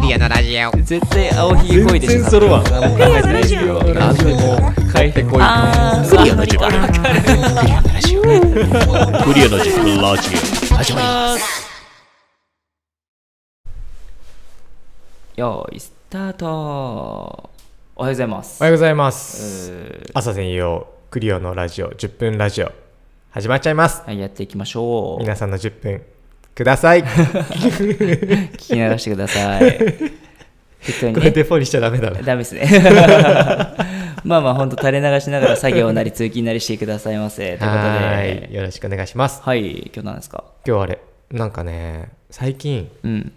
リアのラジオ絶対青ひげこいでしょ全然揃わん何も考えてないですけどラジオ変えてこいあークリアの時間わかるクリアの時間ラジオ始まりよーいスタートおはようございますおはようございます朝専用クリオのラジオ10分ラジオ始まっちゃいますはいやっていきましょう皆さんの10分く ださいこ聞き流してください適当にれねデフォにしちゃダメだなダメですねまあまあほんと垂れ流しながら作業なり通勤なりしてくださいませということはでーいよろしくお願いしますはい今日なんですか今日あれなんかね最近うん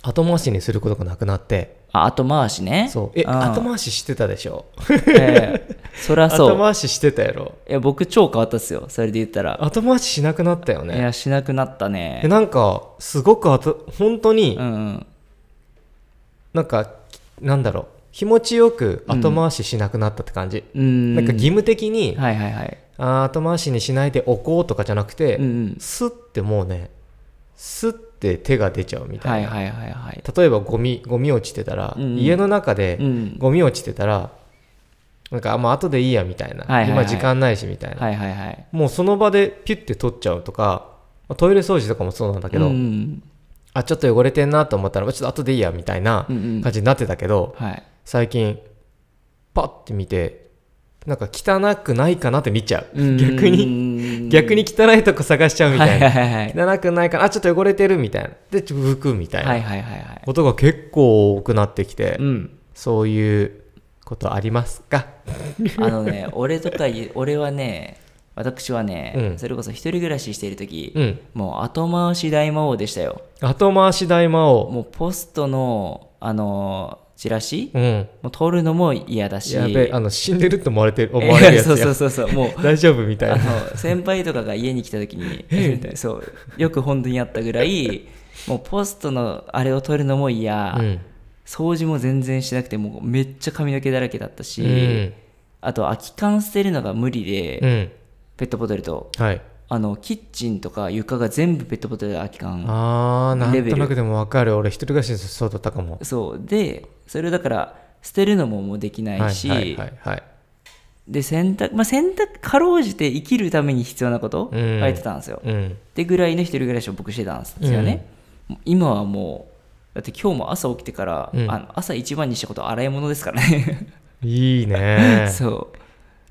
後回しにすることがなくなってあ後回しねそうえあー後回ししてたでしょええそりゃそ後う回ししてたやろいや僕超変わったっすよそれで言ったら後回ししなくなったよいねやしなくなったえねなんかすごく後本当に、うんうんなんかなんだろう気持ちよく後回ししなくなったって感じ、うーんなんか義務的に、はいはいはいあー後回しにしないでおこうとかじゃなくて、うんうんスッてもうねスッて手が出ちゃうみたはいいな、はいはいはい例えばゴミゴミ落ちてたら、うんうん家の中でうんゴミ落ちてたら、なんかあもう後でいいやみたいな、はいはいはい今時間ないしみたいな、はいはいはいもうその場でピュッて取っちゃうとかまあトイレ掃除とかもそうなんだけど、うんうんあちょっと汚れてんなと思ったらちょっと後でいいやみたいなうんうん感じになってたけど、はい最近パッて見てなんか汚くないかなって見ちゃう、うん逆にに逆に汚いとこ探しちゃうみはたいいな、はいはいはい汚くないかなあちょっと汚れてるみたいなでちょっと拭くみたいはいなはいはいはいことが結構多くなってきて、うんそういうことありますか あのね俺とかい俺はね私はね、うんそれこそ一人暮らししている時、うんもう後回し大魔王でしたよ後回し大魔王もうポストのあのチラシ、うんもう取るのも嫌だしやべえあの死んでるって思われてるえ思われるやつ そう やそうそうそうもう大丈夫みたいあなの先輩とかが家に来た時に えみたいそうよく本当にあったぐらいもうポストのあれを取るのも嫌、うん掃除も全然しなくてもうめっちゃ髪の毛だらけだったし、うんあと空き缶捨てるのが無理で、うんペットボトルとはいあのキッチンとか床が全部ペットボトルで空き缶あーなレんベとルなくでもわかる俺一人暮らしでそうだったかもそうでそれをだから捨てるのももうできないし、はいはいはいはいで洗濯まあ洗濯かろうじて生きるために必要なことうん入ってたんですよ、うんってぐらいの一人暮らしを僕してたんですよね、もう今はもうだって今日も朝起きてから、うんあの朝一番にしたこと洗い物ですからねい い ねそ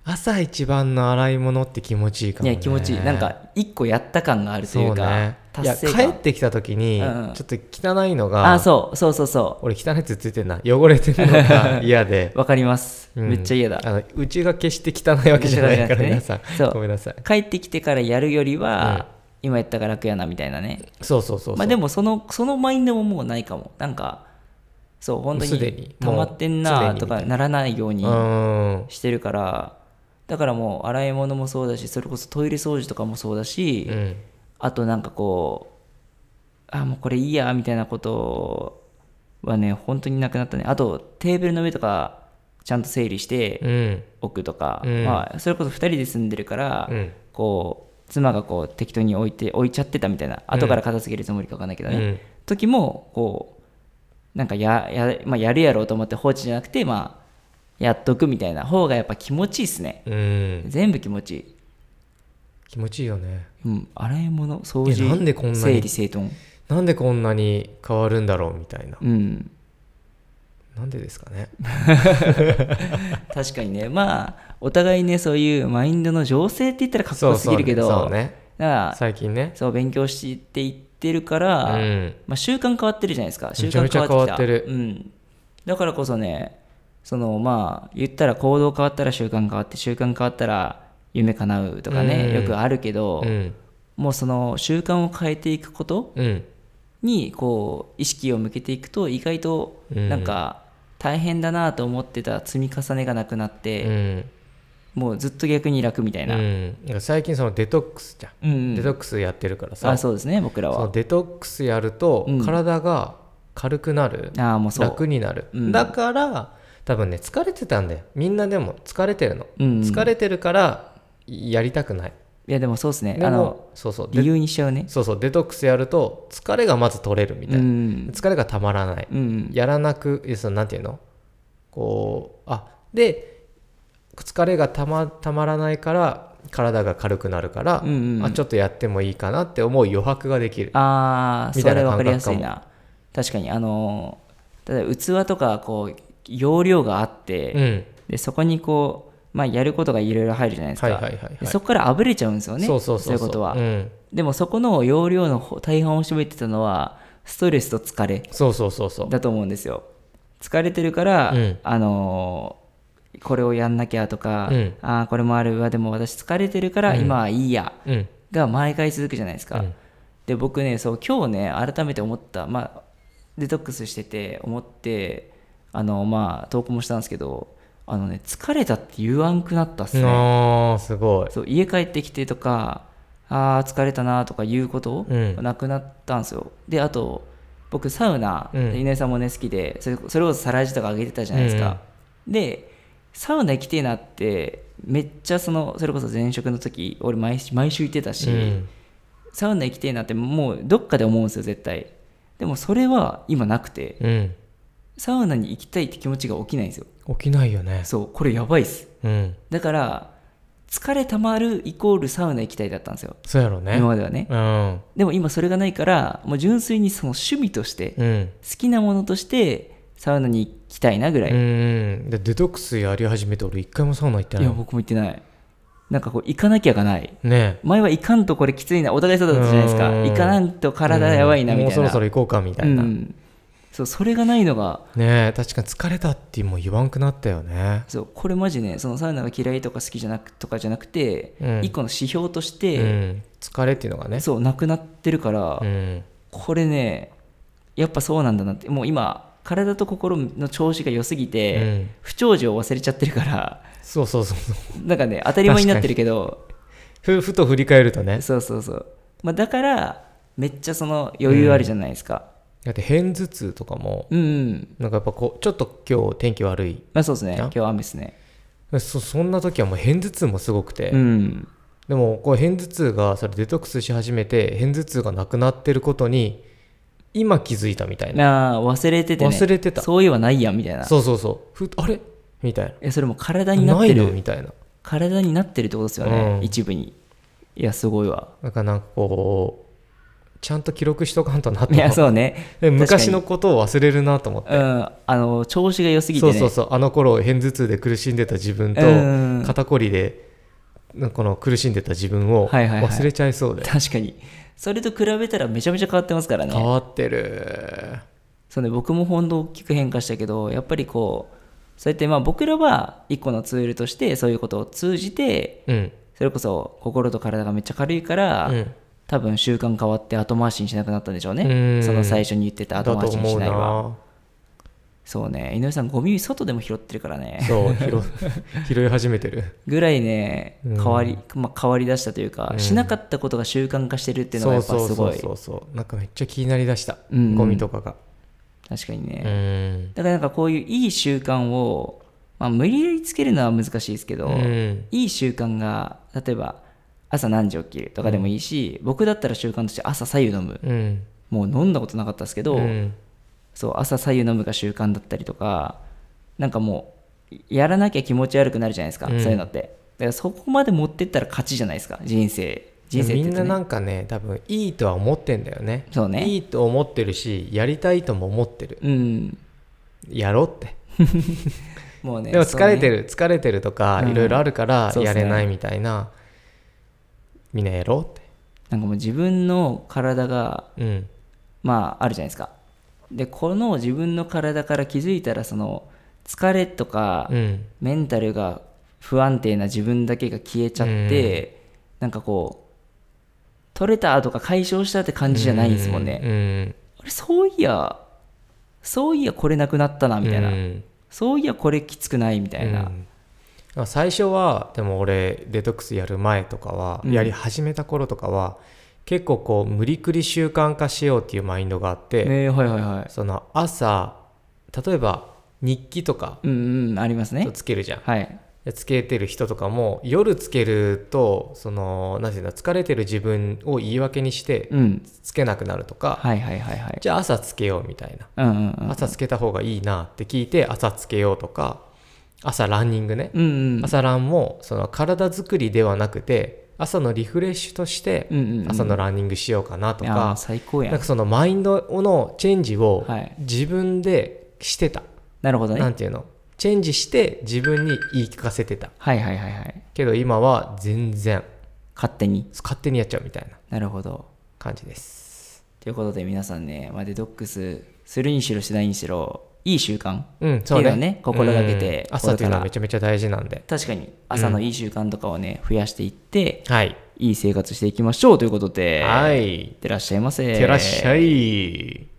朝一番の洗い物って気持ちいいかういも、ね、や気持ちいいなんか一個やった感があるといそううかねいや達成帰感ってきた時にうんうんちょっと汚いのが、あそうそうそうそ俺汚いやつついてんな汚れてるの が嫌でう、わかります、うんめっちゃ嫌だあのうちが決して汚いわけじゃないから汚いわけ皆じゃさないんね そうごめんなさい帰ってきてからやるよりは、う今やったから楽やなみたいなねそうそうそうそう、まあでもそのそのマインドももうないかもなんかそう本当もうすでにに溜まってんもうすでなにとかならないようにうーんしてるからだからもう洗い物もそうだしそれこそトイレ掃除とかもそうだし、うんあとなんかこうあもうこれいいやみたいなことはね本当になくなったねあとテーブルの上とかちゃんと整理してうんおくとか、うんまあ、それこそ2人で住んでるから、うんこう妻がこう適当に置いて置いちゃってたみたいな後から片付けるつもりかわかんないけどね、うん時もこうなんかやや,、まあ、やるやろうと思って放置じゃなくてまあやっとくみたいな方がやっぱ気持ちいいっすねうん全部気持ちいい、気持ちいいよねうん、洗い物掃い除やなんでこんなに整理整頓なんでこんなに変わるんだろうみたいなうんなんでですかね確かにねまあお互いねそういうマインドの情勢って言ったらかっこよすぎるけどそうそうねだから最近ねそう勉強していってるから、うんまあ、習慣変わってるじゃないですか習めちゃめ慣ちゃ変わってきた変わってるうん、だからこそねそのまあ言ったら行動変わったら習慣変わって習慣変わったら夢叶うとかね、うんよくあるけど、うんもうその習慣を変えていくことうんにこう意識を向けていくと意外とうんなんか大変だなと思ってた積み重ねがなくなっうて、んもうずっと逆に楽みたいな、ううんん、なんか最近そのデトックスじゃん、うんデトックスやってるからさあそうですね僕らそのはデトックスやるとうん体が軽くなる、ああもうそう楽になる、うんだから多分ね疲れてたんだよみんなでも疲れてるの、うん疲れてるからやりたくないいやでもそうですねであのもそうそうで理由にしちゃうねそうそうデトックスやると疲れがまず取れるみたういな、ん疲れがたまらない、うんやらなくえそのなんていうのこうあで疲れがたまたまらないから体が軽くなるから、うんうんうんあちょっとやってもいいかなって思う余白ができるああみそたいなれ分かりやすい感な確かにあのただ器とかこう容量があって、うんでそこにこう、まあ、やることがいろいろ入るじゃないですか、はいはいはいはいでそこからあぶれちゃうんですよねそうそうそういうことは、うん、でもそこの容量の方大半を占めてたのはストレスと疲れそうそうそうそうだと思うんですよ疲れてるから、うんあのーこれをやんなきゃとか、うんああこれもあるわでも私疲れてるから今はいいや、うんが毎回続くじゃないですか、うんで僕ねそう今日ね改めて思ったまあデトックスしてて思ってあのまあ投稿もしたんですけどあのね疲れたって言わんくなったっすねあーすごいそう家帰ってきてとかあー疲れたなとかいうこと、うんなくなったんですよであと僕サウナ、うん稲井さんもね好きでそれそれこそサラジとか上げてたじゃないですか、でサウナ行きてえなってめっちゃそのそれこそ前職の時俺毎週毎週行ってたし、うんサウナ行きてえなってもうどっかで思うんですよ絶対でもそれは今なくてうんサウナに行きたいって気持ちが起きないんですよ起きないよねそうこれやばいっすうんだから疲れたまるイコールサウナ行きたいだったんですよそうやろね今まではねうんでも今それがないからもう純粋にその趣味として好うんきなものとしてサウナに行きたいなぐらい、ういんでデトックスやり始めて俺一回もサウナ行ってないやもん僕も行ってないなんかこう行かなきゃがないね前は行かんとこれきついなお互いそうだったじゃないですかうん行かなんとえ体やばいなみたいな、うんもうそろそろ行こうかみたいな、うん、そうそれがないのがねえ確かに疲れたってもう言わんくなったよねそうこれマジねそのサウナが嫌いとか好きじゃなくとかじゃなくて、うん一個の指標としうて、ん疲れっていうのがねそうなくなってるから、うんこれねやっぱそうなんだなってもう今体と心の調子が良すぎて、うん不調時を忘れちゃってるから そうそうそうそうなんかね当たり前になってるけどふふと振り返るとねそうそうそう、まあ、だからめっちゃその余裕あるじゃないですかだって偏頭痛とかもうん、うん、なんかやっぱこうちょっと今日天気悪いまあそうですねじゃん今日は雨ですねそそんな時はもう偏頭痛もすごくて、うんでもこう偏頭痛がそれデトックスし始めて偏頭痛がなくなってることに今気づいたみたいななあ忘れてて、ね、忘れてたそういえばないやんみたいなそうそうそうふあれみたいえそれも体なになっなていのるみたいな体になってるってことですよね、うん一部にいやすごいわ なんかなんかこうちゃんと記録しとかんとなといや思そうねで昔の確ことを忘れるなと思ってかにうんあの調子が良すぎてそねうそうそうあの頃偏頭痛で苦しんでた自分とうん肩こりでなんかこの苦しんでた自分をはいはいはい忘れちゃいそうで、確かにそれと比べたらめちゃめちゃ変わってますから変ねわってるそうね僕も本当大きく変化したけどやっぱりこうそうやってまあ僕らは一個のツールとしてそういうことを通じてうんそれこそ心と体がめっちゃ軽いから、うん多分習慣変わって後回しにしなくなったんでしょううねんその最初に言ってただ後と回しに思しうないはなそうね井上さんゴミ外でも拾ってるからねそう拾 拾い始めてるぐらいねうん変わり、まあ、変わりだしたというか、うんしなかったことが習慣化してるっていうのがそやうっぱすそうそごういそうそうなんかめっちゃ気になりだした、うんうんゴミとかが確かにね、うんだからなんかこういういい習慣を、まあ、無理やりつけるのは難しいですけど、うんいい習慣が例えば朝何時起きるとかでもいいし、僕だったら習慣として朝左右飲むうんもう飲んだことなかったですけど、うんそう朝左右飲むが習慣だったりとかなんかもうやらなきゃ気持ち悪くなるじゃないですか、うんそういうのってだからそこまで持ってったら勝ちじゃないですか人生人生ってみ言んうとなねなんかね多分いいとは思ってんだよねそうねいいと思ってるしやりたいとも思ってるうんやろうってもうねでも疲れてるる、疲れてるとかうんいろいろあるからそうっやすねれないみたいな、みんなやろうってなんかもう自分の体がうんまああるじゃないですかでこの自分の体から気づいたらその疲れとか、うんメンタルが不安定な自分だけが消えちゃって、なんかこう取れたとか解消したって感じじゃないんですもんね、ねあれそういやそういやこれなくなったなみたいな、うんそういやこれきつくないみたいな、うん最初はでも俺デトックスやる前とかは、うんやり始めた頃とかは結構こう無理くり習慣化しようっていうマインドがあって、ねはいはいはいその朝例えば日記とかうんうんありますねつけるじゃん、はいやつけてる人とかも夜つけるとそのなんていうんだ疲れてる自分を言い訳にしてうんつけなくなるとか、はいはいはいはいじゃあ朝つけようみたいうな、んうんうん朝つけた方がいいなって聞いて朝つけようとか朝ランニングね、うんうん朝ランもその体作りではなくて朝のリフレッシュとしてうんうんうん朝のランニングしようかなといか、やー最高やなんんかそのマインドのチェンジをはい自分でしてた、なるほどねなんていうのチェンジして自分に言い聞かせてたはいはいはいはいけど今は全然勝手に勝手にやっちゃうみたいななるほど感じですということで皆さんね、まあ、デトックスするにしろしないにしろいい習慣うんそうっていうのねをね心がけてうん朝というのはこれからめちゃめちゃ大事なんで確かに朝のいい習慣とかをね増やしていってはい、いい生活していきましょうということではいいってらっしゃいませいってらっしゃい